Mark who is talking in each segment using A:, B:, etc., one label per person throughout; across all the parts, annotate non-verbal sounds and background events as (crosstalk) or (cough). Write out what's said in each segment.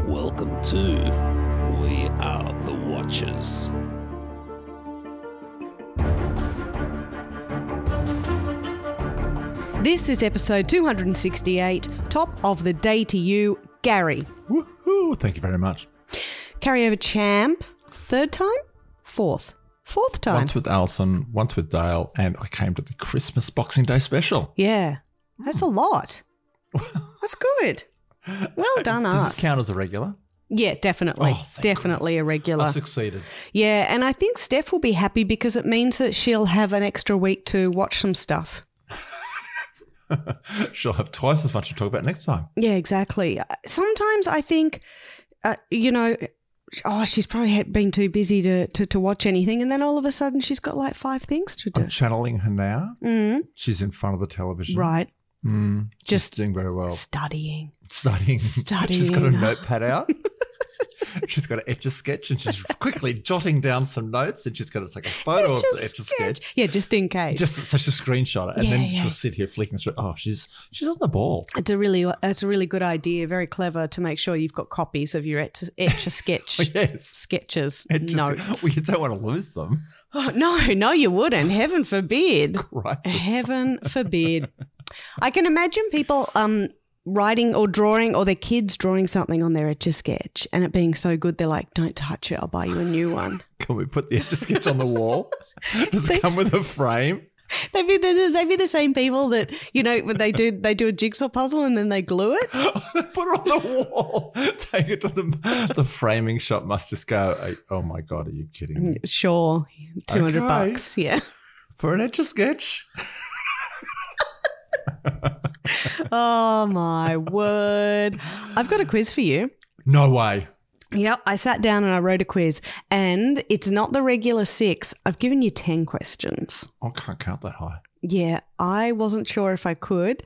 A: Welcome to We Are the Watchers.
B: This is episode 268, top of the day to you, Gary.
C: Woohoo! Thank you very much.
B: Carryover champ, third time? Fourth. Fourth time.
C: Once with Alison, once with Dale, and I came to the Christmas Boxing Day special.
B: yeah. That's a lot. That's good.
C: (laughs)
B: Well done,
C: Does
B: us.
C: this count as a regular?
B: Yeah, definitely.
C: Oh, thank
B: definitely a regular.
C: I succeeded.
B: yeah, and I think Steph will be happy because it means that she'll have an extra week to watch some stuff.
C: She'll have twice as much to talk about next time.
B: Yeah, exactly. Uh, Sometimes I think, uh, you know, oh, she's probably had been too busy to, to, to watch anything. And then all of a sudden she's got like five things to do.
C: I'm channeling her now.
B: Mm,
C: She's in front of the television.
B: right.
C: Mm, she's
B: Just-
C: doing very well.
B: Studying.
C: Studying. (laughs) she's got a
B: studying. (laughs)
C: notepad out. she's got an etch a sketch and she's quickly jotting down some notes and she's going to take a photo of the etch a sketch.
B: Yeah, just in case.
C: Just such a screenshot it, and
B: Yeah,
C: then
B: yeah.
C: she'll sit here flicking through. Oh, she's she's on the ball.
B: it's a really that's a really good idea. Very clever to make sure you've got copies of your etch, etch a
C: (laughs)
B: sketch
C: Oh, Yes.
B: sketches
C: It just,
B: notes.
C: Well, you don't want to lose them.
B: (gasps)
C: (laughs)
B: Oh, no, no, you wouldn't. Heaven forbid.
C: Right.
B: Heaven forbid. I can imagine people um, writing or drawing or their kids drawing something on their etch a sketch and it being so good, they're like, "Don't touch it. I'll buy you a new one."
C: (laughs) Can we put the etch a sketch on
B: (laughs)
C: the wall? Does
B: See?
C: it come with a frame?
B: (laughs)
C: (laughs)
B: they'd be the, they'd be the same people that you know when they do they do a jigsaw puzzle and then they glue it.
C: put it on the wall. (laughs) Take it to the the framing shop. Must just go. Oh my god, are you kidding me?
B: Sure, two hundred
C: Okay.
B: bucks. Yeah.
C: For an etch a sketch?
B: Oh my word! I've got a quiz for you.
C: No way.
B: Yep, I sat down and I wrote a quiz, and it's not the regular six. I've given you ten questions.
C: I can't count that high.
B: Yeah, I wasn't sure if I could,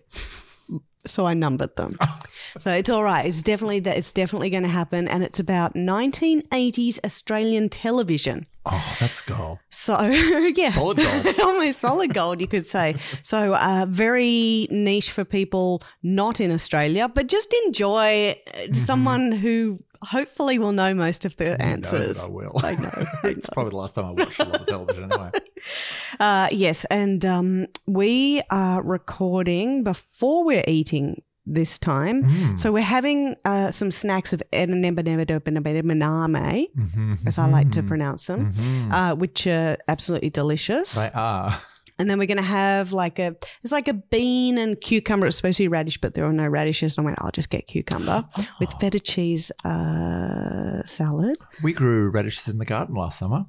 B: so I numbered them.
C: (laughs)
B: so it's all right. It's definitely that. It's definitely going to happen, and it's about 1980s Australian television.
C: Oh, that's gold.
B: So (laughs) yeah,
C: Solid gold.
B: (laughs) almost solid gold, you could say. So, uh, very niche for people not in Australia, but just enjoy uh,
C: Mm-hmm.
B: someone who hopefully will know most of the answers.
C: No, I will.
B: I
C: (laughs)
B: know, I
C: it's probably the last time I watched a lot of television
B: (laughs)
C: anyway.
B: Uh, yes, and um, we are recording before we're eating this time.
C: Mm.
B: So we're having uh, some snacks of enebenebedobenebenebename,
C: Mhm,
B: as I like to
C: mhm,
B: pronounce them,
C: mhm.
B: uh, which are absolutely delicious.
C: they are.
B: And then we're going to have like a, it's like a bean and cucumber. It's supposed to be radish, but there are no radishes. And I went, I'll just get cucumber
C: (gasps)
B: with feta cheese uh, salad.
C: We grew radishes in the garden last summer.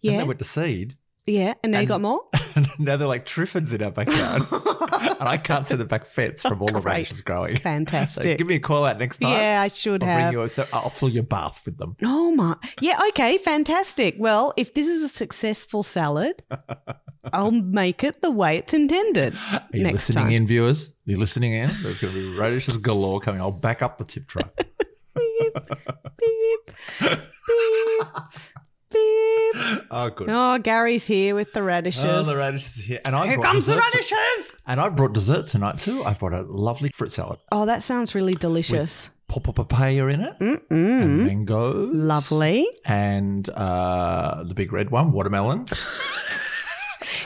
B: Yeah.
C: And they went to seed.
B: yeah. And now you
C: and-
B: got
C: (laughs)
B: more?
C: And now they're like triffids in
B: (laughs)
C: our backyard. and I can't see the back fence from all the
B: Great.
C: radishes growing. So
B: Fantastic.
C: give me a call out next time.
B: yeah, I should
C: I'll, bring
B: have.
C: you, so I'll fill your bath with them.
B: Oh my. Yeah. Okay. Fantastic. Well, if this is a successful
C: (laughs)
B: salad, I'll make it the way it's intended.
C: Are you
B: Next
C: listening
B: time.
C: in, viewers? Are you listening in? There's going to be radishes galore coming. I'll back up the
B: (laughs)
C: tip truck.
B: Beep, beep, beep, beep.
C: oh, good.
B: (laughs) Oh, Gary's here with the radishes.
C: Oh, the radishes are here. And I
B: Here
C: brought
B: comes the
C: dessert-
B: radishes.
C: And I brought dessert tonight too. I brought a lovely fruit salad.
B: Oh, that sounds really delicious.
C: Papa papaya in it. And
B: Mm-mm.
C: mangoes.
B: Mm-hmm. Lovely.
C: And uh, the big red one, watermelon.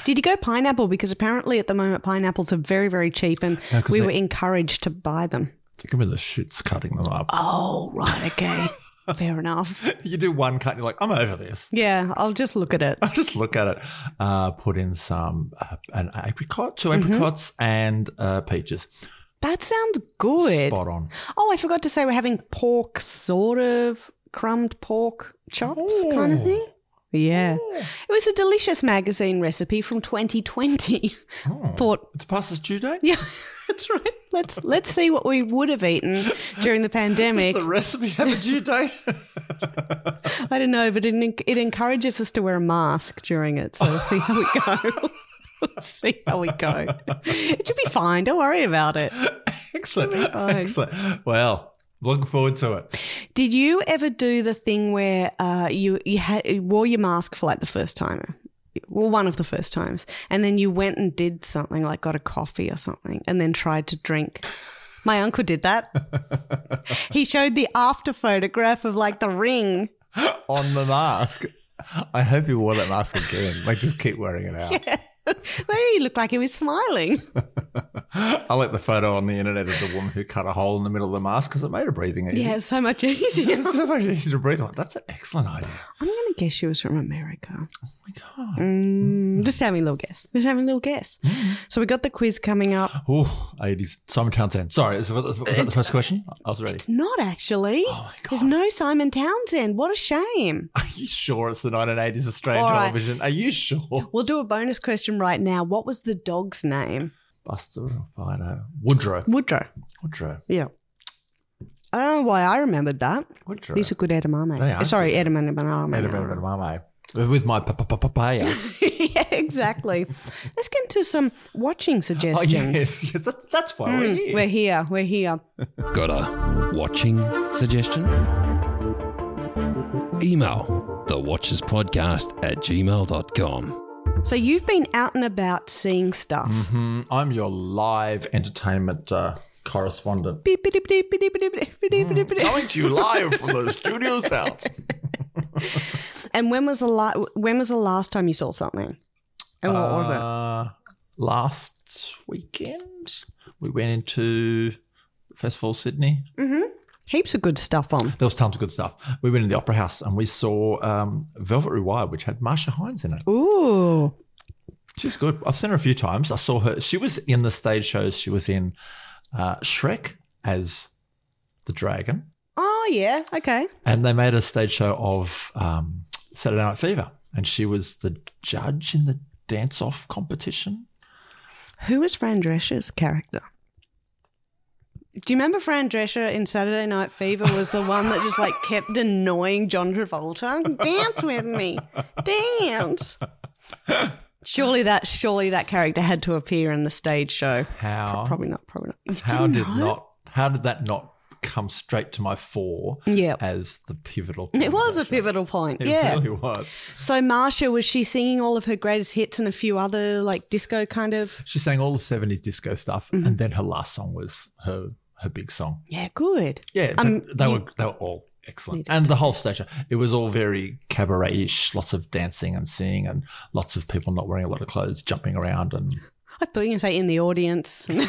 B: Did you go pineapple? Because apparently at the moment pineapples are very, very cheap and
C: No, 'cause
B: we
C: they-
B: were encouraged to buy them.
C: Think of the shoots cutting them up.
B: Oh, right. (laughs) Okay. Fair enough.
C: You do one cut and you're like, I'm over this. (laughs)
B: Yeah, I'll just look at it.
C: I just look at it. Uh, put in some uh, an apricot, two
B: Mm-hmm.
C: apricots, and uh, peaches.
B: That sounds good.
C: Spot on.
B: Oh, I forgot to say we're having pork, sort of crumbed pork chops kind
C: Oh.
B: of thing. Yeah.
C: Hmm.
B: It was a delicious magazine recipe from 2020.
C: Oh.
B: (laughs) Thought,
C: It's past its due date.
B: Yeah, (laughs) that's right. Let's let's see what we would have eaten during the pandemic.
C: (laughs) Does the recipe have a due date? (laughs)
B: I don't know, but it en- it encourages us to wear a mask during it. So we'll see how we go. (laughs) We'll see how we go. It should be fine. Don't worry about it.
C: Excellent.
B: It'll be fine.
C: Excellent. Well, looking forward to it.
B: Did you ever do the thing where uh, you you, had, you wore your mask for like the first time? Well, one of the first times, and then you went and did something like got a coffee or something, and then tried to drink My uncle did that. (laughs) he showed the after photograph of like the ring. (laughs)
C: on the mask. I hope you wore that mask again. Like, just keep wearing it out.
B: Where he looked like he was smiling.
C: I like the photo on the internet of the woman who cut a hole in the middle of the mask because it made her breathing easy.
B: Yeah, it's so much easier.
C: (laughs) It's so much easier to breathe. I'm like, That's an excellent idea.
B: (laughs) I'm going to guess she was from America.
C: Oh my god.
B: Mm, just having a little guess. Just having a little guess. So we got the quiz coming up.
C: Oh, 80s. Simon Townsend. Sorry, was, was that the first (laughs) question? I was ready.
B: It's not actually.
C: Oh my
B: There's
C: god.
B: no Simon Townsend. What a shame.
C: Are you sure it's the 1980s Australian
B: All right.
C: television? Are you sure?
B: We'll do a bonus question right now. What was the dog's name?
C: Buster or Fido? eh? Woodrow.
B: Woodrow.
C: Woodrow.
B: Yeah. I don't know why I remembered that.
C: Woodrow.
B: These are good edamame.
C: They are
B: Sorry,
C: good.
B: edamame. edamame.
C: Edamame Edamame. With my pa- pa- pa- papaya.
B: (laughs) yeah, exactly. Let's get into some watching
C: Oh,
B: suggestions.
C: yes. yes that, that's why we're
B: Mm,
C: here.
B: We're here. We're here.
A: Got a watching suggestion? Email the Watchers Podcast at gmail.com.
B: So you've been out and about seeing stuff.
C: Mhm. I'm your live entertainment uh, correspondent.
B: Beep, beep, beep, beep, beep, beep, beep, beep, beep, beep, beep.
C: coming to you live from the studio south.
B: And when was the la- when was the last time you saw something? And what was
C: Uh, last weekend, we went into Festival Sydney.
B: it? hmm Heaps of good stuff on.
C: There was tons of good stuff. We went in the Opera House and we saw um, Velvet Rewired, which had Marsha Hines in it.
B: Ooh.
C: She's good. I've seen her a few times. I saw her. She was in the stage shows. She was in uh, Shrek as the dragon,
B: Oh yeah. Okay.
C: and they made a stage show of um, Saturday Night Fever, and she was the judge in the dance-off competition.
B: Who was Fran Drescher's character? Do you remember Fran Drescher in Saturday Night Fever was the one that just like kept annoying John Travolta? Dance with me. Dance. Surely that surely that character had to appear in the stage show.
C: How
B: Probably not, probably not. You
C: How did
B: didn't know?
C: not? How did that not come straight to my fore
B: Yeah.
C: as the pivotal?
B: It was a pivotal point.
C: It
B: yeah.
C: really was.
B: So Marsha, was she singing all of her greatest hits and a few other like disco kind of
C: She sang all the seventies disco stuff,
B: Mm-hmm.
C: and then her last song was her her big song.
B: Yeah, good.
C: Yeah,
B: Um,
C: but they
B: you-
C: were they were all excellent,
B: Needed
C: and the whole stage show, it was all very cabaret ish. Lots of dancing and singing, and lots of people not wearing a lot of clothes, jumping around,
B: (laughs)
C: and
B: I thought you were gonna say in the audience. (laughs)
C: yeah.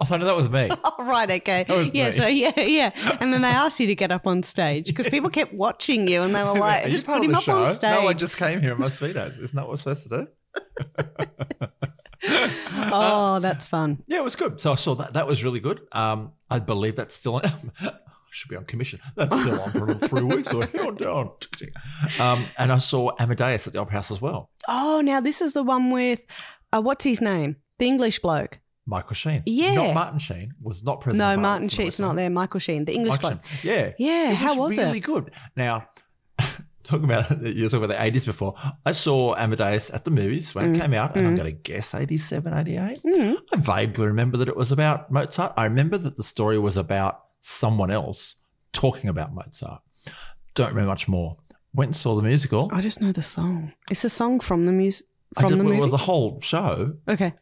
C: also no, that was me.
B: Oh, right, okay.
C: was
B: yeah,
C: me.
B: so yeah, yeah. And then they asked you to get up on stage because people kept watching you and they were (laughs) like,
C: (laughs) Are you
B: just
C: part
B: put
C: of
B: him
C: the
B: up on
C: show?
B: stage.
C: No, I just came here in my speedos. Isn't that what we're supposed to do?
B: oh, that's fun.
C: Yeah, it was good. So I saw that. That was really good. Um, I believe that's still on. (laughs) should be on commission. That's still on for
B: (laughs)
C: another three weeks or held down. Um, and I saw Amadeus at the Opera House as well.
B: Oh, now this is the one with, uh, what's his name? The English bloke.
C: Michael Sheen.
B: Yeah.
C: Not Martin Sheen. Was not present.
B: no,
C: but-
B: Martin
C: for
B: Sheen's
C: my
B: not
C: time.
B: there. Michael Sheen, the English
C: Michael
B: bloke.
C: Sheen. Yeah.
B: Yeah, how was
C: really
B: it?
C: good. Now, (laughs) talking about (laughs) you were talking about the eighties before. I saw Amadeus at the movies when it came out, and I'm going to guess 87, 88.
B: Mm.
C: I vaguely remember that it was about Mozart. I remember that the story was about someone else talking about Mozart. Don't remember much more. Went and saw the musical.
B: I just know the song. It's a song from the music. Oh,
C: I
B: From
C: just-
B: the movie.
C: It was a whole show.
B: okay.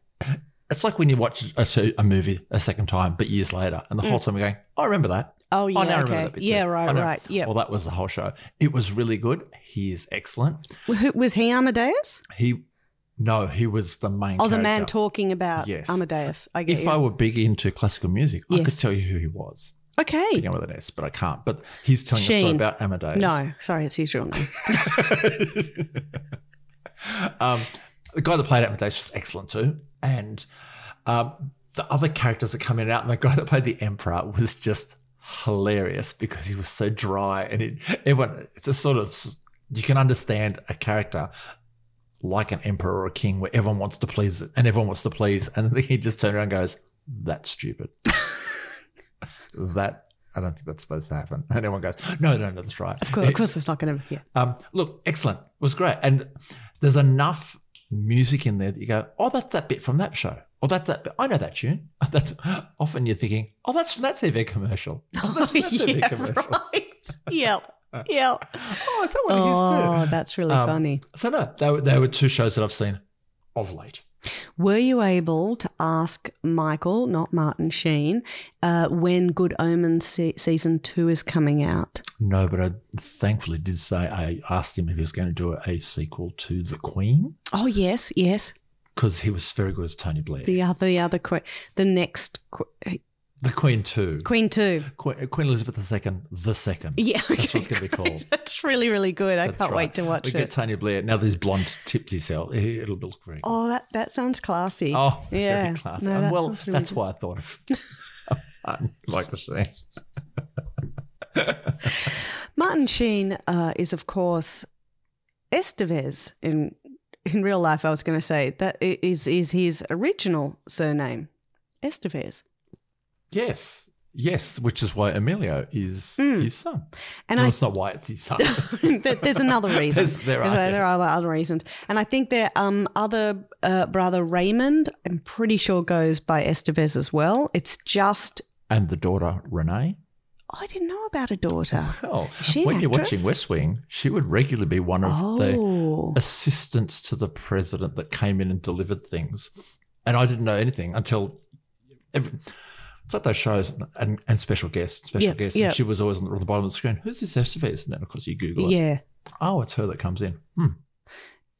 C: It's like when you watch a, show- a movie a second time, but years later, and the whole
B: Mm.
C: time you're going, I remember that.
B: Oh yeah.
C: I now remember
B: okay.
C: that bit too.
B: yeah.
C: I
B: Right.
C: know.
B: Right. Yeah.
C: Well, that was the whole show. It was really good. He is excellent.
B: Who- was he Amadeus?
C: He, no, he was the main.
B: Oh, the man
C: character.
B: talking about
C: Yes.
B: Amadeus. I get
C: If
B: you.
C: I were big into classical music, I
B: Yes.
C: could tell you who he was.
B: okay.
C: Began with an S, but I can't. But he's telling us
B: Sheen.
C: about Amadeus.
B: No, sorry, it's his real name.
C: (laughs) um, the guy that played Amadeus was excellent too, and um, the other characters that come in and out, and the guy that played the Emperor was just hilarious because he was so dry, and it everyone it's a sort of you can understand a character like an emperor or a king where everyone wants to please and everyone wants to please, and then he just turned around and goes,
B: (laughs)
C: "That's stupid." that. I don't think that's supposed to happen. And everyone goes, no, no, no, that's right.
B: Of course, of course it's not going to. Yeah.
C: Um, look, excellent. It was great. And there's enough music in there that you go, oh, that's that bit from that show. Or that's that bit. I know that tune. (laughs) That's often you're thinking, oh, that's from that TV commercial. (laughs)
B: (laughs)
C: Oh, that's from that TV
B: yeah,
C: commercial.
B: right.
C: (laughs)
B: Yep. Yep.
C: Oh, is that what it is
B: Oh,
C: too?
B: that's really
C: Um,
B: funny.
C: So no, they were, they were two shows that I've seen of late.
B: Were you able to ask Michael, not Martin Sheen, uh, when Good Omens se- season two is coming out?
C: No, but I thankfully did say I asked him if he was going to do a sequel to The Queen
B: Oh yes, yes.
C: because he was very good as Tony Blair.
B: The uh, other, the other, que- the next que-
C: the Queen too.
B: Queen two.
C: Queen, Queen Elizabeth II, the second.
B: (laughs) Yeah,
C: That's what it's going to be called.
B: That's really, really good. I
C: That's
B: can't
C: right.
B: wait to watch
C: We
B: it.
C: get Tony Blair. Now that he's blonde tipped his hair, it'll look very good.
B: oh, that that sounds classy.
C: Oh, (laughs) very
B: Yeah.
C: classy.
B: No,
C: And
B: that
C: well,
B: sounds really
C: that's
B: good.
C: why I thought of (laughs) Martin, like I say.
B: Martin Sheen uh, is, of course, Estevez in in real life. I was going to say that i- is is his original surname, Estevez.
C: Yes. Yes, which is why Emilio is
B: Mm.
C: his son.
B: And
C: no,
B: I
C: it's not why it's his son.
B: (laughs) There- there's
C: (laughs)
B: another reason.
C: There's- Oh, there are.
B: There's- there are other reasons, and I think their um, other uh, brother Raymond, I'm pretty sure, goes by Estevez as well. It's just
C: And the daughter, Renee.
B: oh, I didn't know about a daughter.
C: Well,
B: Is she an
C: when you're
B: actress?
C: watching West Wing, she would regularly be one of the
B: Oh,
C: assistants to the president that came in and delivered things. And I didn't know anything until every, it's like those shows and, and special guests, special
B: Yeah,
C: guests.
B: yeah.
C: And she was always on the, on the bottom of the screen. Who's this Estevez? And then, of course, you Google it.
B: yeah.
C: Oh, it's her that comes in. Hmm.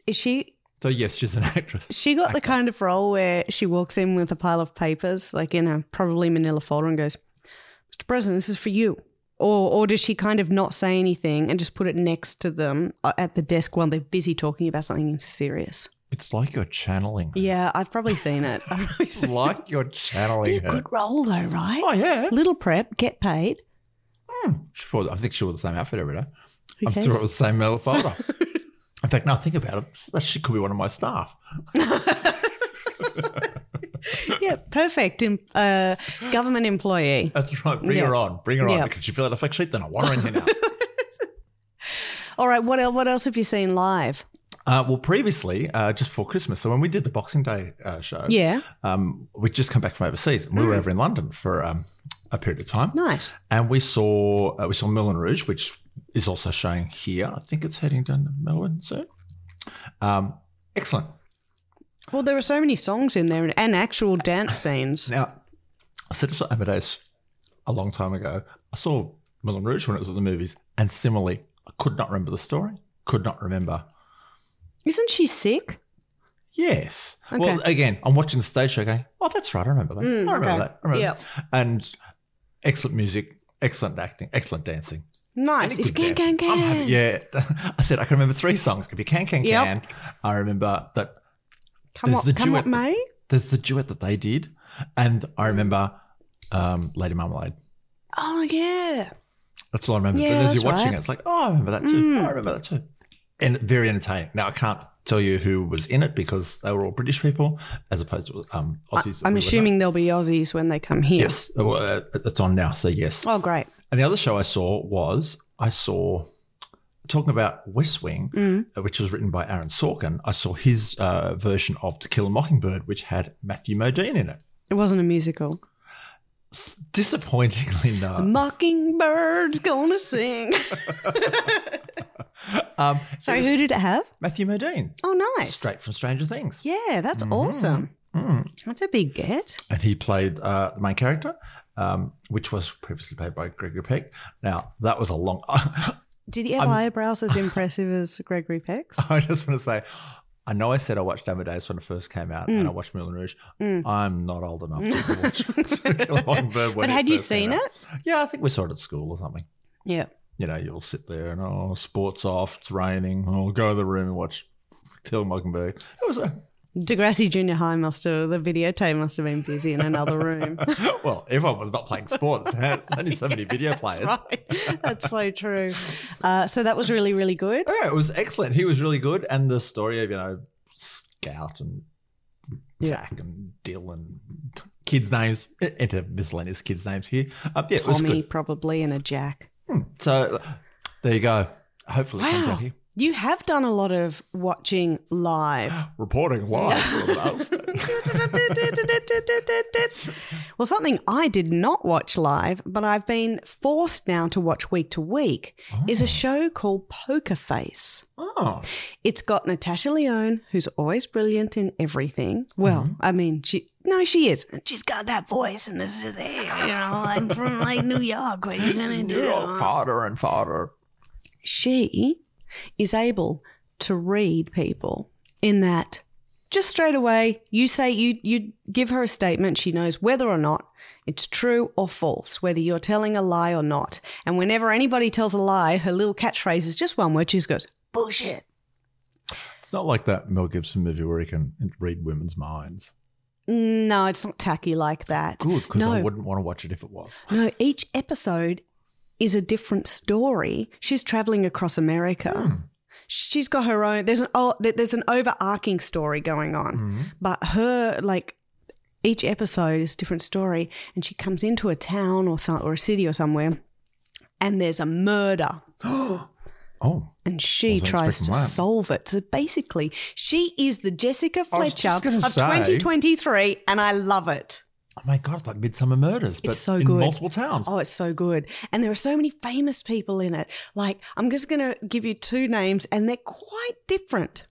B: Is she
C: So, yes, she's an (laughs) actress.
B: She got the kind of role where she walks in with a pile of papers, like in a probably manila folder, and goes, Mr. President, this is for you. Or, or does she kind of not say anything and just put it next to them uh, at the desk while they're busy talking about something serious?
C: It's like you're channeling. her.
B: Yeah, I've probably seen it. (laughs) I've probably
C: It's
B: seen it.
C: like you're
B: Be a
C: channeling her.
B: good role, though, right?
C: Oh, yeah.
B: Little prep, get paid.
C: Hmm. She wore- I think she wore the same outfit every day.
B: Who
C: I'm
B: cares?
C: sure it was the same metal fiber. In fact, now I think about it, that she could be one of my staff.
B: (laughs) yeah, perfect em- uh, government employee.
C: That's right. Bring
B: Yeah.
C: her on. Bring her
B: Yeah.
C: on. Can she fill out a fact sheet? Then I want her in here now.
B: All right, what, el- what else have you seen live?
C: uh, well, previously, uh, just before Christmas, so when we did the Boxing Day uh, show,
B: Yeah, Mm.
C: um, we'd just come back from overseas. And we were over in London for um, a period of time.
B: nice.
C: And we saw uh, we saw Moulin Rouge, which is also showing here. I think it's heading down to Melbourne soon. Um, excellent.
B: Well, there were so many songs in there and, and actual dance scenes.
C: Now, I said this to Amadeus a long time ago. I saw Moulin Rouge when it was at the movies, and similarly, I could not remember the story. Could not remember.
B: Isn't she sick?
C: Yes.
B: Okay.
C: Well, again, I'm watching the stage show going, oh, that's right. I remember that.
B: Mm,
C: I remember
B: okay.
C: that. I remember
B: Yep.
C: that. And excellent music, excellent acting, excellent dancing.
B: Nice. If you
C: Good
B: can, can,
C: dancing.
B: can.
C: I'm happy. Yeah. (laughs) I said I can remember three songs. If you can, can,
B: Yep.
C: can. I remember that
B: Come what,
C: There's the
B: come what
C: duet that-
B: May?
C: there's the duet that they did. And I remember um, Lady Marmalade.
B: Oh, yeah.
C: That's all I remember.
B: Yeah,
C: but as you're
B: that's
C: watching
B: right. Mm.
C: it, it's like, oh, I remember that too. Oh, I remember that too. And very entertaining. Now, I can't tell you who was in it because they were all British people as opposed to um, Aussies. that
B: I'm
C: we were not.
B: assuming there'll be Aussies when they come here.
C: Yes, Oh, well, uh, it's on now, so yes.
B: Oh, great.
C: And the other show I saw was I saw talking about West Wing,
B: Mm.
C: uh, which was written by Aaron Sorkin. I saw his uh, version of To Kill a Mockingbird, which had Matthew Modine in it.
B: It wasn't a musical.
C: S- disappointingly,
B: The (laughs)
C: no.
B: Mockingbird's gonna
C: (laughs)
B: sing.
C: Um,
B: Sorry, who did it have?
C: Matthew Modine,
B: Oh, nice.
C: straight from Stranger Things,
B: Yeah, that's
C: Mhm.
B: awesome.
C: Mm.
B: That's a big get.
C: and he played uh, the main character. Um, which was previously played by Gregory Peck. Now that was a long. (laughs)
B: Did he have eyebrows as impressive as Gregory
C: (laughs)
B: Peck's?
C: I just want to say, I know I said I watched Amadeus when it first came out, and I
B: Mm.
C: watched Moulin Rouge. I'm not old enough
B: (laughs)
C: to watch (laughs) Kill a Mockingbird. when
B: But had you
C: first came
B: seen
C: out.
B: it?
C: Yeah, I think we saw it at school or something.
B: Yeah.
C: You know, you'll sit there and oh, sports off, it's raining. I'll go to the room and watch Till Mockingbird. It was a (laughs)
B: Degrassi Junior High must have, the videotape must have been busy in another
C: (laughs)
B: room.
C: well, everyone was not playing sports. (laughs) There's only so many video players.
B: (laughs)
C: (laughs)
B: That's right. That's so true. Uh, so that was really, really good.
C: Oh, Yeah, it was excellent. He was really good, and the story of you know Scout and
B: Yeah.
C: Zach and Dylan, kids' names. Enter miscellaneous kids' names here. Um, yeah, it was
B: Tommy
C: good.
B: probably and a Jack.
C: Hmm. So there you go. Hopefully, it comes
B: Wow.
C: out here.
B: You have done a lot of watching
C: (gasps)
B: live. (laughs)
C: Reporting live. from us.
B: Well, something I did not watch live, but I've been forced now to watch week to week, (laughs) is a show called Poker Face. (laughs)
C: (laughs) Oh,
B: It's got Natasha Leone, who's always brilliant in everything. Well, I mean, she no, she is. She's got that voice, and this is hey, you know, I'm from like New York. What are you gonna do?
C: harder and harder.
B: she is able to read people in that just straight away you say you you give her a statement she knows whether or not it's true or false whether you're telling a lie or not and whenever anybody tells a lie her little catchphrase is just one word she just goes bullshit
D: It's not like that Mel Gibson movie where he can read women's minds.
B: no it's not tacky like that
C: Good, because I
B: No.
C: wouldn't want to watch it if it was.
B: No, each episode is a different story. She's traveling across America.
D: Hmm.
B: She's got her own. There's an oh, there- there's an overarching story going on,
D: Hmm.
B: but her like each episode is a different story. And she comes into a town or some, or a city or somewhere, and there's a murder,
D: Oh,
B: and she
D: Wasn't
B: tries to
D: expecting that.
B: solve it. So basically, she is the Jessica
D: I was just
B: Fletcher of
D: gonna say-
B: 2023, and I love it.
C: Oh my god, it's like Midsummer Murders, but
B: so
C: in
B: good.
C: multiple towns.
B: Oh, it's so good. And there are so many famous people in it. Like, I'm just going to give you two names, and they're quite different.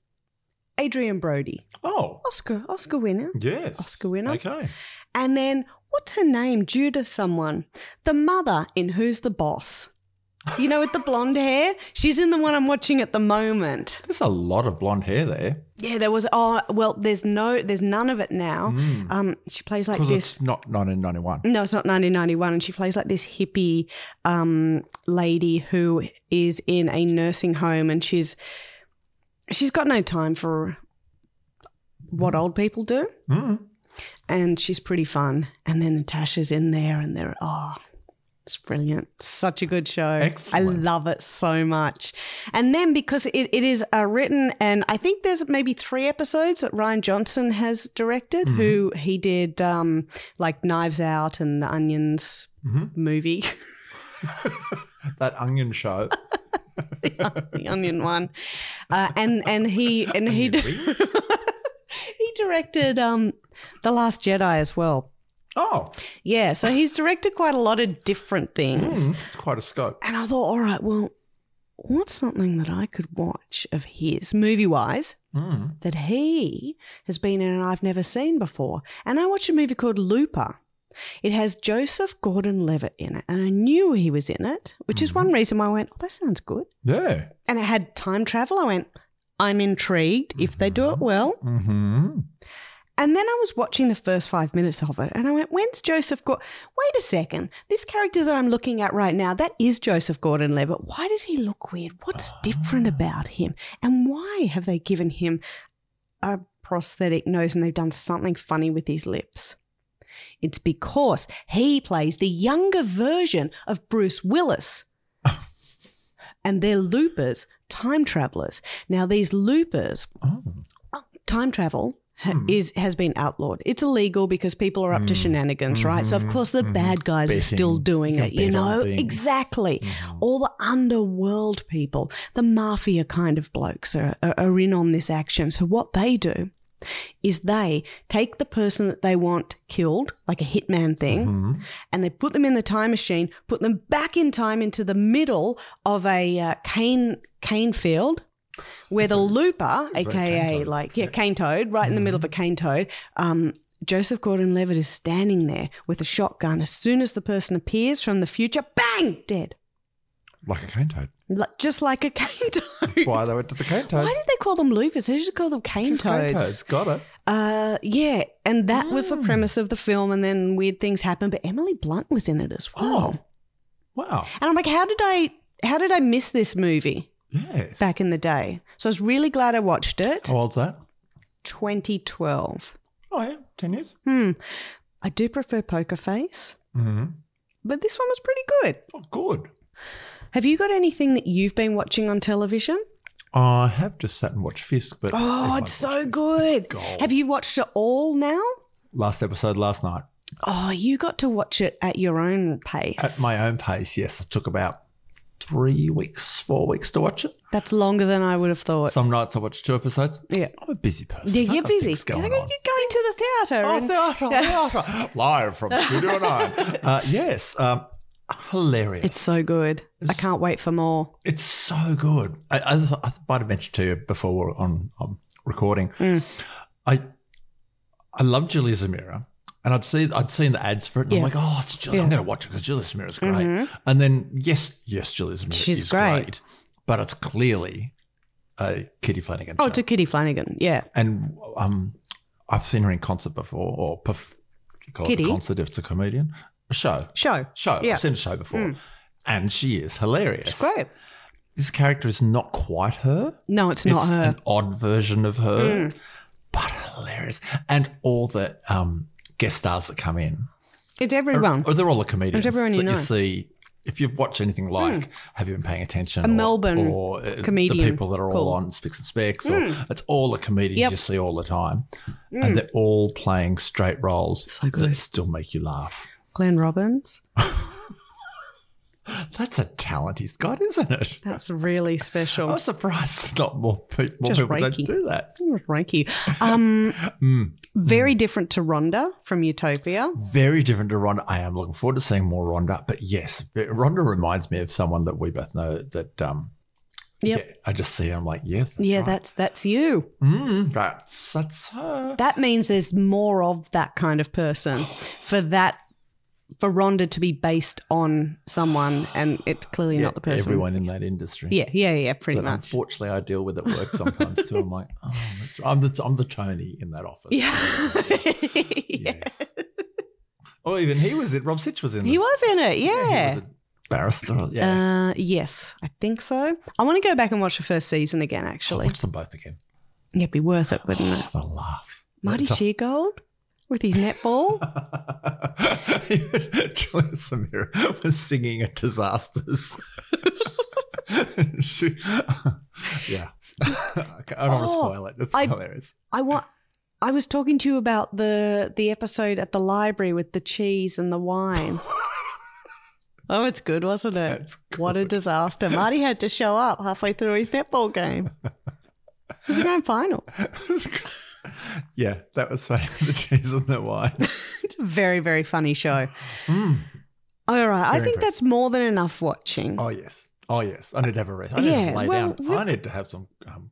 B: Adrian Brody,
D: oh,
B: Oscar, Oscar winner.
D: yes.
B: Oscar winner.
D: Okay.
B: And then, what's her name? Judah someone. The mother in Who's the Boss? You know, with the blonde hair? She's in the one I'm watching at the moment.
D: There's a lot of blonde hair there
B: Yeah, there was, oh, well, there's no, there's none of it now. Um, she plays like
D: Mm. because
B: this.
D: it's not 1991.
B: No, it's not 1991. And she plays like this hippie um, lady who is in a nursing home, and she's she's got no time for what old people do.
D: Mm.
B: And she's pretty fun. And then Natasha's in there, and they're oh, it's brilliant. Such a good show. I
D: Excellent.
B: love it so much. And then because it, it is uh, written, and I think there's maybe three episodes that Ryan Johnson has directed, who he did um, like Knives Out and the Onions movie,
D: That onion
B: (laughs)
D: show.
B: the Onion one, uh, and and he and he he directed um, the Last Jedi as well.
D: (laughs) oh,
B: Yeah, so he's directed quite a lot of different things.
C: Mm-hmm.
D: mm, it's quite a scope.
B: And I thought, all right, well, what's something that I could watch of his movie wise
D: Mm.
B: that he has been in and I've never seen before? And I watched a movie called Looper. It has Joseph Gordon Levitt in it, and I knew he was in it, which is one reason why I went, oh, that sounds good.
D: Yeah.
B: And it had time travel. I went, I'm intrigued if they do it well.
D: Mm-hmm.
B: And then I was watching the first five minutes of it and I went, when's Joseph Gordon? Wait a second. This character that I'm looking at right now, that is Joseph Gordon Levitt. Why does he look weird? What's different about him? And why have they given him a prosthetic nose and they've done something funny with his lips? It's because he plays the younger version of Bruce Willis. and they're loopers, time travelers. Now, these loopers
D: Oh.
B: Mm. time travel ha-
D: Hmm.
B: is has been outlawed. It's illegal because people are up to shenanigans, right? So of course the bad guys are still
D: Mm-hmm. Betting.
B: doing
D: You can
B: it, you
D: bet on
B: know?
D: things. Mm-hmm.
B: Exactly. All the underworld people, the mafia kind of blokes are, are, are in on this action. So what they do is they take the person that they want killed, like a hitman
D: Mm-hmm.
B: thing, and they put them in the time machine, put them back in time into the middle of a uh, cane cane field. Where the looper, aka
D: cane toad. Mm-hmm.
B: like yeah, cane toad, right in the middle of a cane toad, um, Joseph Gordon-Levitt is standing there with a shotgun. As soon as the person appears from the future, bang, dead,
D: Like a cane
B: (laughs)
D: toad.
B: Li- just like a cane toad.
D: Why they went to the cane
B: Why
D: toads.
B: did they call them loopers? They should call them cane
D: Just cane toads. Ah. Got it.
B: uh, yeah, and that was the premise of the film, and then weird things happened. But Emily Blunt was in it as
D: Oh.
B: well,
D: Wow.
B: and I'm like, how did I, how did I miss this movie
D: Yes.
B: back in the day? So I was really glad I watched it.
D: How old's that?
B: 2012.
D: Oh, yeah. 10 years.
B: Hmm. I do prefer Poker Face,
D: Mm-hmm.
B: but this one was pretty good.
D: Oh, good.
B: Have you got anything that you've been watching on television?
D: I have just sat and watched Fisk, but
B: Oh,
D: everyone
B: it's so
D: watched Fisk.
B: good.
D: gold.
B: Have you watched it all now?
D: Last episode last night
B: Oh, you got to watch it at your own pace.
D: at my own pace. Yes, I took about
C: three weeks, four weeks to watch it.
B: That's longer than I would have thought.
C: Some nights I watch two episodes.
B: yeah.
D: I'm a busy person.
B: Yeah, you're
C: other
B: busy.
C: things
B: You're
C: going
B: going
C: on.
B: to the theatre.
C: Oh,
B: and-
C: theatre,
B: Yeah. (laughs)
C: theatre. Live from Studio 9. Uh, yes. Um, hilarious.
B: It's so good. I can't wait for more.
C: It's so good. I, I, th- I might have mentioned to you before we're on um, recording.
B: Mm.
C: I I love Julia Zemira, and I'd see I'd seen the ads for it, and
B: Yeah.
C: I'm like, oh, it's Julia. I'm
B: Yeah.
C: going to watch it because Julia Zemira's great.
B: Mhm.
C: And then yes, yes, Julia Zemira
B: She's
C: is
B: great.
C: great. but it's clearly a Kitty Flanagan.
B: Oh,
C: show.
B: to Kitty Flanagan. Yeah.
C: and um, I've seen her in concert before, or perf- you call it
B: Kitty?
C: a concert if it's a comedian. A show,
B: Show.
C: show.
B: Yeah.
C: I've seen a show before,
B: Mm.
C: and she is hilarious.
B: It's great.
C: This character is not quite her.
B: No, it's not her. Hmm.
C: an odd version of her, but hilarious. And all the um, guest stars that come in,
B: it's
C: or,
B: everyone.
C: or they're all the comedians
B: It's everyone you
C: that
B: know.
C: you see. If you've watched anything like Have You Been Paying Attention?
B: A
C: or,
B: Melbourne
C: or uh,
B: comedian
C: The people that are all
B: call.
C: on Spicks and Specs. Or, It's all the comedians
B: Yep. Hmm.
C: you see all the time. And they're all playing straight roles
B: So good.
C: that still make you laugh.
B: Glenn Robbins.
C: That's a talent he's got, isn't it?
B: That's really (laughs)
C: I'm
B: special.
C: surprised not more people, more
B: Just
C: people
B: Reiki.
C: don't do that.
B: Reiki.
C: (laughs)
B: Um,
C: Mm.
B: very different to Rhonda from Utopia.
C: very different to Rhonda. I am looking forward to seeing more Rhonda, but yes, Rhonda reminds me of someone that we both know that. Um,
B: Yep.
C: yeah, I just see. her, I'm like, yes, that's
B: yeah,
C: right.
B: that's that's you.
C: Mm, that's that's her.
B: That means there's more of that kind of person
C: (gasps)
B: for that for Rhonda to be based on someone, and it's clearly
C: Yeah,
B: not the person.
C: Everyone in that industry.
B: Yeah, yeah, yeah, pretty (laughs)
C: That
B: much.
C: unfortunately, I deal with at work sometimes too. I'm like, oh, that's right. I'm the I'm the Tony in that office.
B: Yeah.
C: (laughs) Yes. Oh, even he was it. Rob Sitch was in.
B: He
C: this.
B: was in it,
C: Yeah, he
B: yeah.
C: was a barrister. Yeah,
B: Uh, yes, I think so. I want to go back and watch the first season again,
C: I'll
B: actually.
C: watch them both again.
B: Yeah, it'd be worth it, wouldn't it?
C: The laugh. (laughs)
B: Marty
C: That's a-
B: Sheargold with his
C: (laughs)
B: netball.
C: Julia Samira was singing at disasters. (laughs) she, (laughs) yeah. (laughs) I don't want to
B: Oh,
C: spoil it. It's
B: I-
C: hilarious.
B: I want. I was talking to you about the the episode at the library with the cheese and the
C: (laughs)
B: wine. oh, it's good, wasn't it?
C: That's
B: What a
C: good.
B: disaster! Marty had to show up halfway through his netball
C: (laughs)
B: game. It was a grand final.
C: (laughs) yeah, that was funny. The cheese and the wine.
B: It's a very very funny show.
C: Mm.
B: All right, I
C: Very
B: think that's more than enough watching.
C: Oh, yes. Oh, yes. I need to have a rest. I need
B: Yeah,
C: to lay
B: well,
C: down.
B: we've-
C: I need to have some um,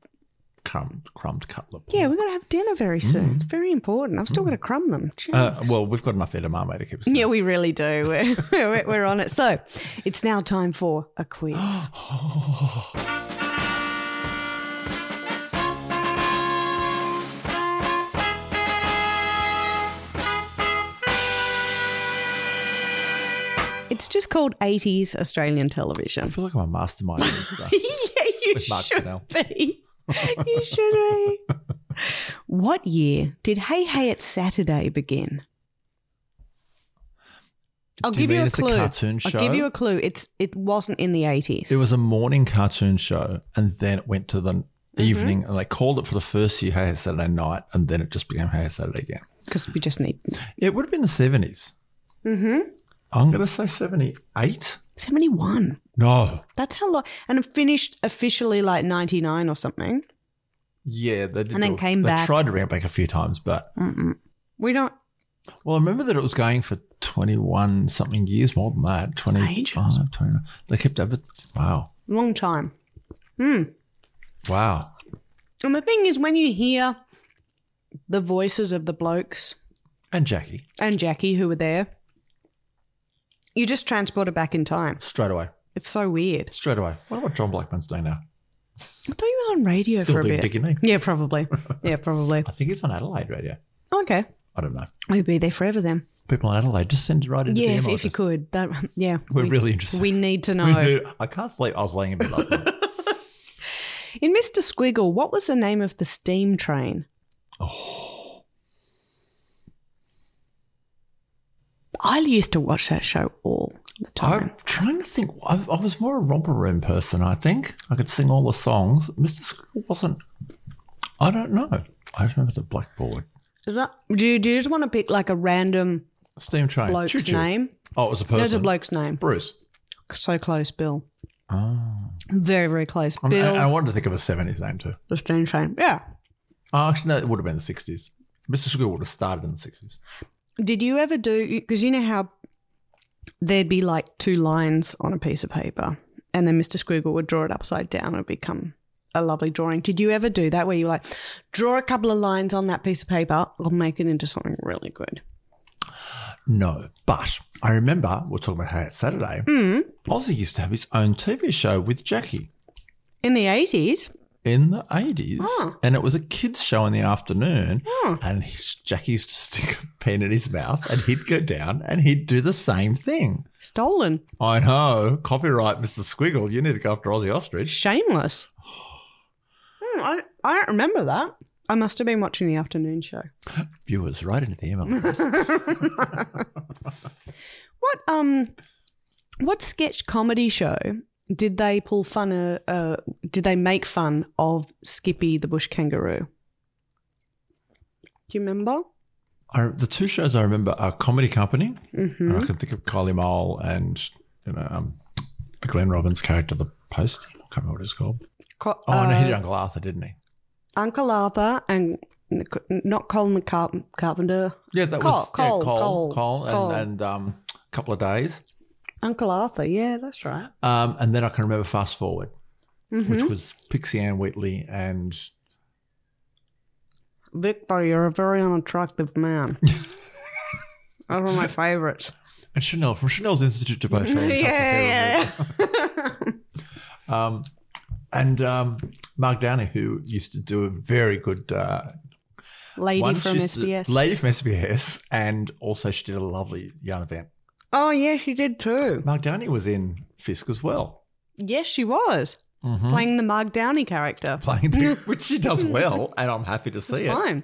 C: crumbed, crumbed cutlet.
B: Yeah, we're gonna have dinner very soon. It's very important. I've still got to crumb them.
C: Mm. Uh,
B: Jeez.
C: well, we've got enough edamame to keep us going.
B: yeah, we really do. (laughs) We're, we're, we're on it. So it's now time for a
C: (gasps)
B: quiz. It's just called 80s Australian
C: I
B: television.
C: feel like I'm a mastermind. at this stuff.
B: yeah, (laughs) you
C: With Mark
B: should
C: Fennell.
B: be. (laughs) You should be. what year did Hey Hey It's Saturday begin? I'll
C: Do
B: give you
C: mean
B: a
C: it's
B: clue.
C: A cartoon show?
B: I'll give you a clue. It's it wasn't in the 80s.
C: It was a morning cartoon show, and then it went to the
B: Mm-hmm.
C: evening, and they called it for the first year Hey Hey Saturday Night, and then it just became Hey Hey Saturday again.
B: Because we just need.
C: It would have been the seventies.
B: Mm-hmm.
C: I'm going to say seventy-eight.
B: 71.
C: No,
B: That's how long. And it finished officially like 99 or something.
C: yeah, they did.
B: And then
C: do-
B: came
C: they
B: back.
C: Tried to bring it back a few times, but
B: Mm-mm. We don't.
C: well, I remember that it was going for twenty-one something years more than that. 25, 29. They kept over. Wow,
B: Long time. Mm.
C: wow.
B: And the thing is, when you hear the voices of the blokes
C: And Jackie
B: and Jackie who were there, you just transported back in time.
C: straight away,
B: It's so weird.
C: straight away. What about John Blackman's doing now?
B: I thought you were on radio
C: Still
B: for a
C: doing
B: bit.
C: Digging Me.
B: Yeah,
C: (laughs)
B: probably. Yeah, probably.
C: I think it's on Adelaide radio.
B: Okay.
C: I don't know.
B: We'd be there forever then.
C: People in Adelaide, just send it right into
B: Yeah,
C: the
B: if,
C: DM
B: if you
C: office.
B: could. That, yeah.
C: We're
B: we,
C: really interested.
B: we need to
C: (laughs) We
B: know.
C: do. I can't sleep. I was laying in bed last night.
B: In Mr. Squiggle, what was the name of the steam train?
C: Oh,
B: I used to watch that show all the time.
C: I'm trying to think. I, I was more a romper room person. I think I could sing all the songs. Mr. Squirrel wasn't. I don't know. I remember the blackboard.
B: Is that- do, you, do you just want to pick like a random
C: Steam train.
B: bloke's
C: Choo-choo.
B: name?
C: Oh, it was a person.
B: There's a bloke's name.
C: Bruce.
B: So close, Bill.
C: Oh.
B: Very, very close.
C: I, mean,
B: Bill,
C: I, I wanted to think of a 70s name too.
B: the Stone Train. Yeah.
C: Oh, actually, no, it would have been the 60s. Mr. Sugar would have started in the 60s.
B: Did you ever do, because you know how there'd be like two lines on a piece of paper, and then Mr. Squiggle would draw it upside down and it would become a lovely drawing. Did you ever do that where you like, draw a couple of lines on that piece of paper, I'll make it into something really good?
C: No, but I remember we we're talking about Hey It's Saturday.
B: Mm.
C: Ozzy used to have his own TV show with Jackie
B: In the 80s,
C: in the 80s.
B: Oh.
C: And it was a kids' show in the afternoon.
B: Oh.
C: And he, Jackie used to (laughs) stick a pen in his mouth and he'd go down and he'd do the same thing.
B: stolen,
C: I know. Copyright, Mr. Squiggle. You need to go after Ozzy Ostrich.
B: shameless. Hmm, I, I don't remember that. I must have been watching the afternoon show.
C: Viewers, right into the email.
B: What um, what sketch comedy show did they pull fun? Uh, uh, did they make fun of Skippy the bush kangaroo? Do you remember?
C: I, the two shows I remember are Comedy Company.
B: Mm-hmm.
C: And I can think of Kylie Mole and you know um, the Glenn Robbins character, the Post. I can't remember what it's called.
B: Co-
C: Oh, no, he did
B: uh,
C: Uncle Arthur, didn't he?
B: Uncle Arthur and not Colin the Car- Carpenter.
C: Yeah, that
B: Cole,
C: was yeah,
B: Cole,
C: Cole,
B: Cole,
C: Cole, and,
B: Cole.
C: and um, a couple of days.
B: Uncle Arthur, yeah, that's right.
C: Um, and then I can remember Fast Forward,
B: hmm
C: which was Pixie Ann Wheatley and
B: Victor, you're a very unattractive
C: (laughs)
B: man. That's one of my favourites.
C: and Chanel from Chanel's Institute
B: (laughs)
C: to Bow Tie.
B: yeah,
C: That's a fair
B: yeah.
C: review. Um, and um, Mark Downey, who used to do a very good uh,
B: Lady
C: one.
B: from
C: She used to-
B: SBS.
C: lady from SBS, and also she did a lovely yarn event.
B: oh yeah, she did too.
C: Mark Downey was in Fisk as well,
B: Yes, she was.
C: Mm-hmm.
B: playing the Mark Downey character.
C: playing the,
B: (laughs)
C: which she does well, and I'm happy to see
B: It's
C: it.
B: fine.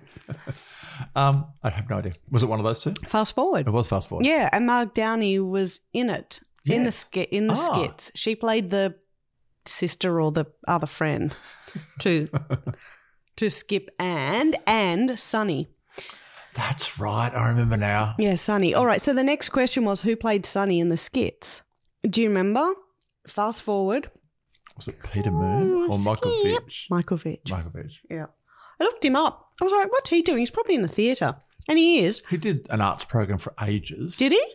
C: Um, I have no idea. Was it one of those two?
B: Fast forward.
C: It was Fast Forward.
B: Yeah, and Mark Downey was in it in the
C: Yes.
B: skit in the
C: Ah.
B: skits. She played the sister or the other friend (laughs)
C: (laughs)
B: to to Skip and and Sunny.
C: That's right. I remember now.
B: Yeah, Sunny. All right. So the next question was who played Sunny in the skits? Do you remember? Fast forward,
C: Was it Peter Moon
B: Oh,
C: or Michael Fitch?
B: Michael Fitch.
C: Michael Fitch.
B: yeah, I looked him up. I was like, what's he doing? He's probably in the theatre, and he is.
C: He did an arts program for ages.
B: Did he?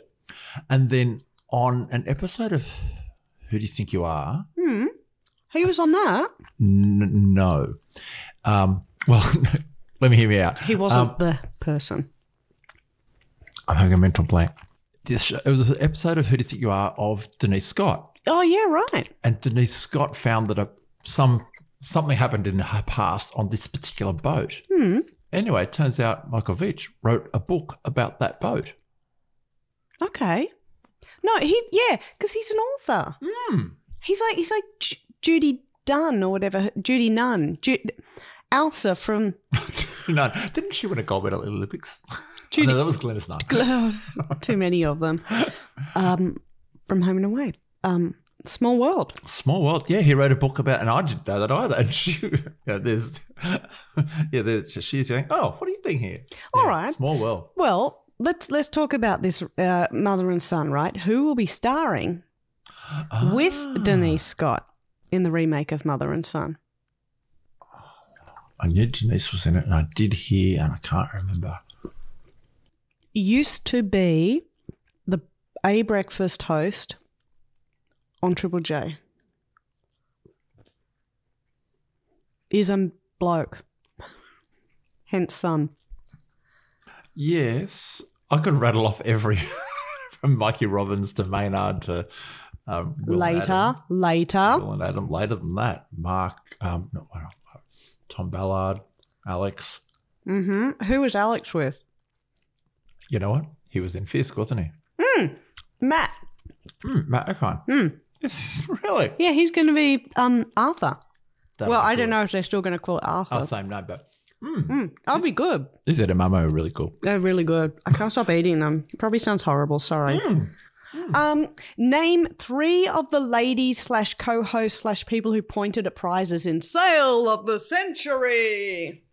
C: and then on an episode of Who Do You Think You Are?
B: Hmm. He was on that.
C: N- no. Um, well, (laughs) let me hear me out.
B: He wasn't the person.
C: I'm having a mental blank. This show, it was an episode of Who Do You Think You Are of Denise Scott,
B: Oh yeah, right.
C: and Denise Scott found that a, some something happened in her past on this particular boat.
B: Hmm.
C: Anyway, it turns out Michael Veitch wrote a book about that boat. (laughs)
B: Okay. No, he yeah, because he's an author. He's like he's like Ju- Judy Dunn or whatever, Judy Nunn, Ju- Elsa from.
C: no, didn't she win a gold medal at the Olympics?
B: Judy-
C: no, that was Glennis
B: (laughs)
C: Knight.
B: too many of them. Um, from Home and Away. Um, Small World.
C: Small world. Yeah, he wrote a book about, and I didn't know that either. And (laughs) she, yeah, there's, (laughs) yeah, there's, she's going, oh, what are you doing here?
B: All
C: Yeah,
B: right.
C: Small world.
B: Well, let's let's talk about this uh, mother and son, right? Who will be starring
C: Ah.
B: with Denise Scott in the remake of Mother and Son?
C: I knew Denise was in it, and I did hear, and I can't remember.
B: used to be the A Breakfast host on Triple J. Is a bloke. Hence son.
C: Yes, I could rattle off every (laughs) from Mikey Robbins to Maynard to um, Will and
B: later,
C: Adam.
B: later.
C: Will and Adam. Later than that, Mark, um, not Mark, Tom Ballard, Alex.
B: Mm-hmm. Who was Alex with?
C: You know what? He was in Fisk, wasn't he?
B: Matt.
C: Hmm, Matt O'Con.
B: Hmm.
C: This is (laughs) really.
B: Yeah, he's going to be um Arthur.
C: That'd
B: well,
C: be
B: I don't
C: good.
B: know if they're still going to call it Arthur.
C: Oh, same name, but. Mm.
B: Mm, I'll be good.
C: Is it a mamo? Really cool.
B: They're really good. I can't stop eating them. Probably sounds horrible. Sorry.
C: Mm.
B: Um, name three of the ladies slash co-hosts slash people who pointed at prizes in sale of the century.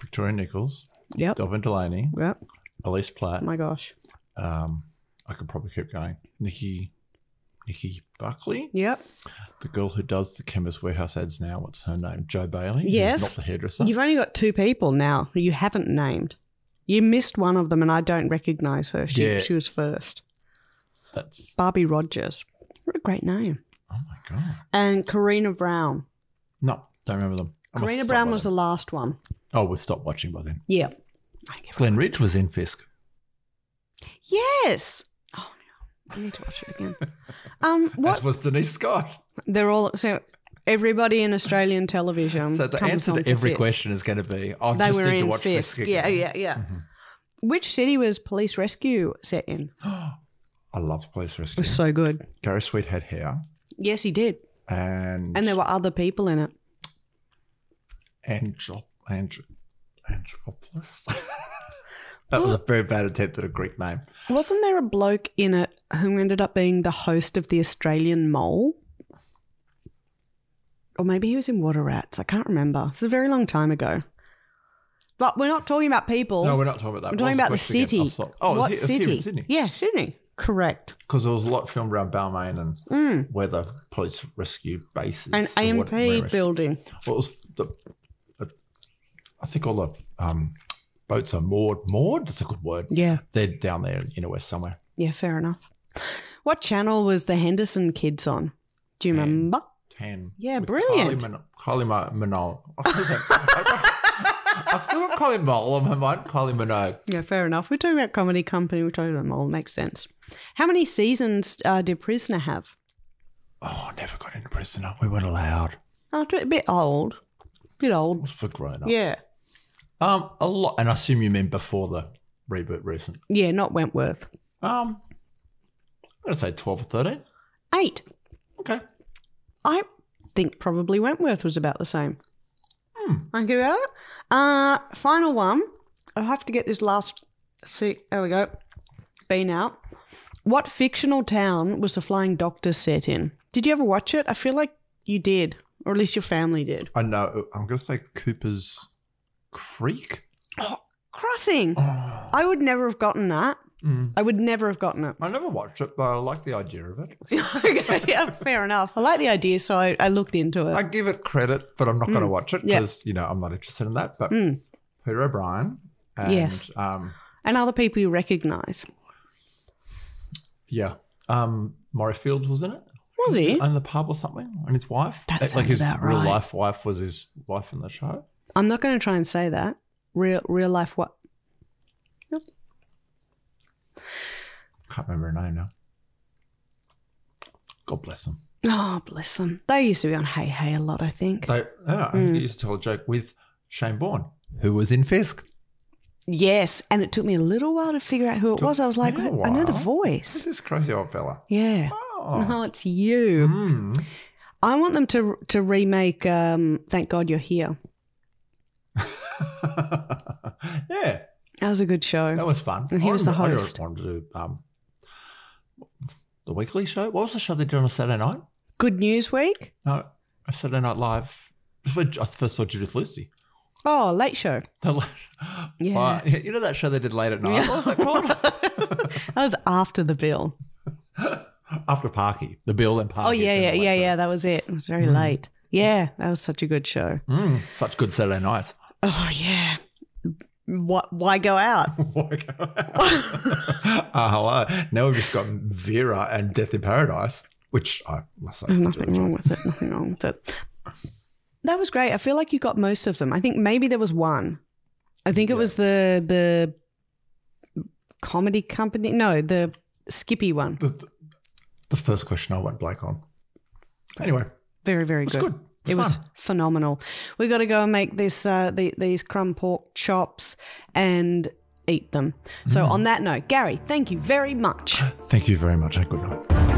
C: Victoria Nichols,
B: Yep.
C: Delvin Delaney,
B: Yep.
C: Elise
B: Oh
C: Platt.
B: my gosh.
C: Um, I could probably keep going. Nikki, Nikki Buckley,
B: Yep.
C: the girl who does the Chemist Warehouse ads now. What's her name? Joe Bailey. who's
B: Yes.
C: not the hairdresser.
B: You've only got two people now who you haven't named. You missed one of them, and I don't recognize her. She,
C: Yeah.
B: she was first.
C: That's
B: Barbie Rogers. What a great name.
C: oh my god.
B: And Karina Brown.
C: No, don't remember them. I must
B: Karina
C: stop
B: Brown
C: by
B: was the
C: then.
B: last one.
C: Oh, we stopped watching by then.
B: Yeah. I give
C: Glenn Ridge was in Fisk.
B: Yes. Oh no, I need to watch it
C: (laughs)
B: again. Um, what?
C: As was Denise Scott.
B: They're all so everybody in Australian television.
C: So the
B: comes
C: answer
B: onto
C: to every
B: Fisk.
C: question is going to be, I
B: They
C: just
B: were
C: need to
B: in
C: watch Fisk.
B: Fisk. Yeah,
C: again.
B: yeah, yeah. Which city was Police Rescue set in? It
C: I loved Police Rescue.
B: was so good.
C: Gary Sweet had hair,
B: Yes, he did,
C: and
B: and there were other people in it.
C: Angel, Angel, Angelopoulos. (laughs) that was a very bad attempt at a Greek name.
B: Wasn't there a bloke in it who ended up being the host of the Australian Mole? Or maybe he was in Water Rats. I can't remember. It's a very long time ago. But we're not talking about people.
C: No, we're not talking about that.
B: I'm Oh. talking about
C: What
B: the
C: was question again?
B: city.
C: I stopped. Oh,
B: what
C: it was, here,
B: city?
C: It was here in Sydney.
B: Yeah, Sydney. Correct.
C: Because there was a lot filmed around Balmain and
B: Mm.
C: where the police rescue bases.
B: An
C: the
B: AMP
C: water- marine rescue-
B: building.
C: What was the? uh, I think all the um, boats are moored. Moored. That's a good word.
B: Yeah.
C: They're down there in the west somewhere.
B: Yeah, fair enough. What channel was the Henderson kids on? Do you remember?
C: Ten.
B: Yeah,
C: with
B: brilliant.
C: Kylie, Min- Kylie Ma- Minogue. (laughs) I've still got Kylie Minogue on my mind. Kylie Minogue.
B: Yeah, fair enough. We're talking about Comedy Company. We're talking about Mole. Makes sense. How many seasons uh, did Prisoner have?
C: Oh, I never got into prison. We weren't allowed. It
B: Oh, a bit old. bit old.
C: was for grown ups.
B: Yeah.
C: Um, a lot. And I assume you mean before the reboot recent.
B: Yeah, not Wentworth.
C: Um, I'm going to say 12 or 13.
B: Eight.
C: Okay.
B: I think probably Wentworth was about the same. Thank you about it. Uh, final one. I have to get this last. See, there we go. Been out. What fictional town was the Flying Doctor set in? Did you ever watch it? I feel like you did, or at least your family did.
C: I know. I'm going to say Cooper's Creek.
B: Crossing. I would never have gotten that. I would never have gotten it.
C: Oh,
B: (laughs)
C: mm. I never watched it, but I like the idea of it.
B: okay, yeah, fair enough. I like the idea, so I, I looked into it.
C: I give it credit, but I'm not going to watch it
B: Mm. Yeah.
C: because, you know, I'm not interested in that. But
B: Mm.
C: Peter O'Brien. And,
B: Yes.
C: Um,
B: and other people you recognise.
C: yeah. Um, Maury Fields was in it.
B: Was he?
C: In the pub or something? And his wife? Eh,
B: That
C: like
B: sounds
C: his
B: about
C: real
B: right.
C: life wife was his wife in the show.
B: I'm not going to try and say that. Real real life what?
C: Can't remember her name now. God bless them.
B: Oh, bless them. They used to be on Hey Hey a lot, I think.
C: They, yeah, I
B: Mm.
C: think they used to tell a joke with Shane Bourne, who was
B: (laughs)
C: in Fisk.
B: yes, and it took me a little while to figure out who it was. I was like,
C: Yeah,
B: I know the
C: wow.
B: voice.
C: This is crazy
B: (laughs)
C: old fella.
B: Yeah.
C: Oh.
B: No, it's you.
C: Mm. (laughs)
B: I want them to to remake um, Thank God You're Here.
C: yeah,
B: That was a good show.
C: that was fun.
B: And he
C: I
B: was the
C: remember- I
B: host.
C: just wanted to do um, the weekly show. What was the show they did on a Saturday night?
B: Good News Week.
C: No, a Saturday Night Live. That's where I first saw Judith (laughs) Lucy.
B: Oh, Late Show.
C: The la-
B: Yeah.
C: Uh, you know that show they did late at night?
B: Yeah.
C: What was
B: (laughs)
C: that called?
B: That was after the bill.
C: After Parky, the Bill and Parky.
B: Oh yeah, yeah, yeah, Mm-hmm. yeah. That was it. It was very late. Yeah, that was such a good show.
C: Mm, such good Saturday nights. (laughs)
B: Oh yeah. What? Why go out?
C: Why go
B: (laughs)
C: out? oh, hello. Now we've just got Vera and Death in Paradise, which I must say.
B: There's nothing wrong with it. Nothing wrong with it. That was great. I feel like you got most of them. I think maybe there was one. I think it was the the comedy company. No, the Skippy one.
C: The, the first question I went blank on. Anyway,
B: Very very
C: it's
B: good.
C: good.
B: It was phenomenal. We got to go and make this uh, the, these crumb pork chops and Mm. eat them. So on that note, Gary, thank you very much.
C: Thank you very much and good night.